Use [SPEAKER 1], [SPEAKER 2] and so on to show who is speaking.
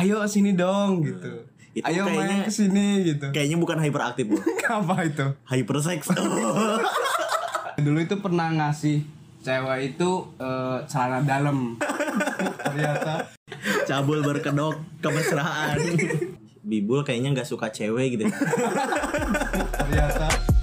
[SPEAKER 1] ayo sini dong gitu
[SPEAKER 2] Itu
[SPEAKER 1] ayo main
[SPEAKER 2] kayaknya-
[SPEAKER 1] kesini gitu
[SPEAKER 2] Kayaknya bukan hyperaktif loh.
[SPEAKER 1] apa itu
[SPEAKER 2] Hypersex.
[SPEAKER 1] dulu itu pernah ngasih cewek itu eh, celana dalam ternyata
[SPEAKER 2] Cabul berkedok kemesraan. Bibul kayaknya nggak suka cewek gitu.
[SPEAKER 1] ternyata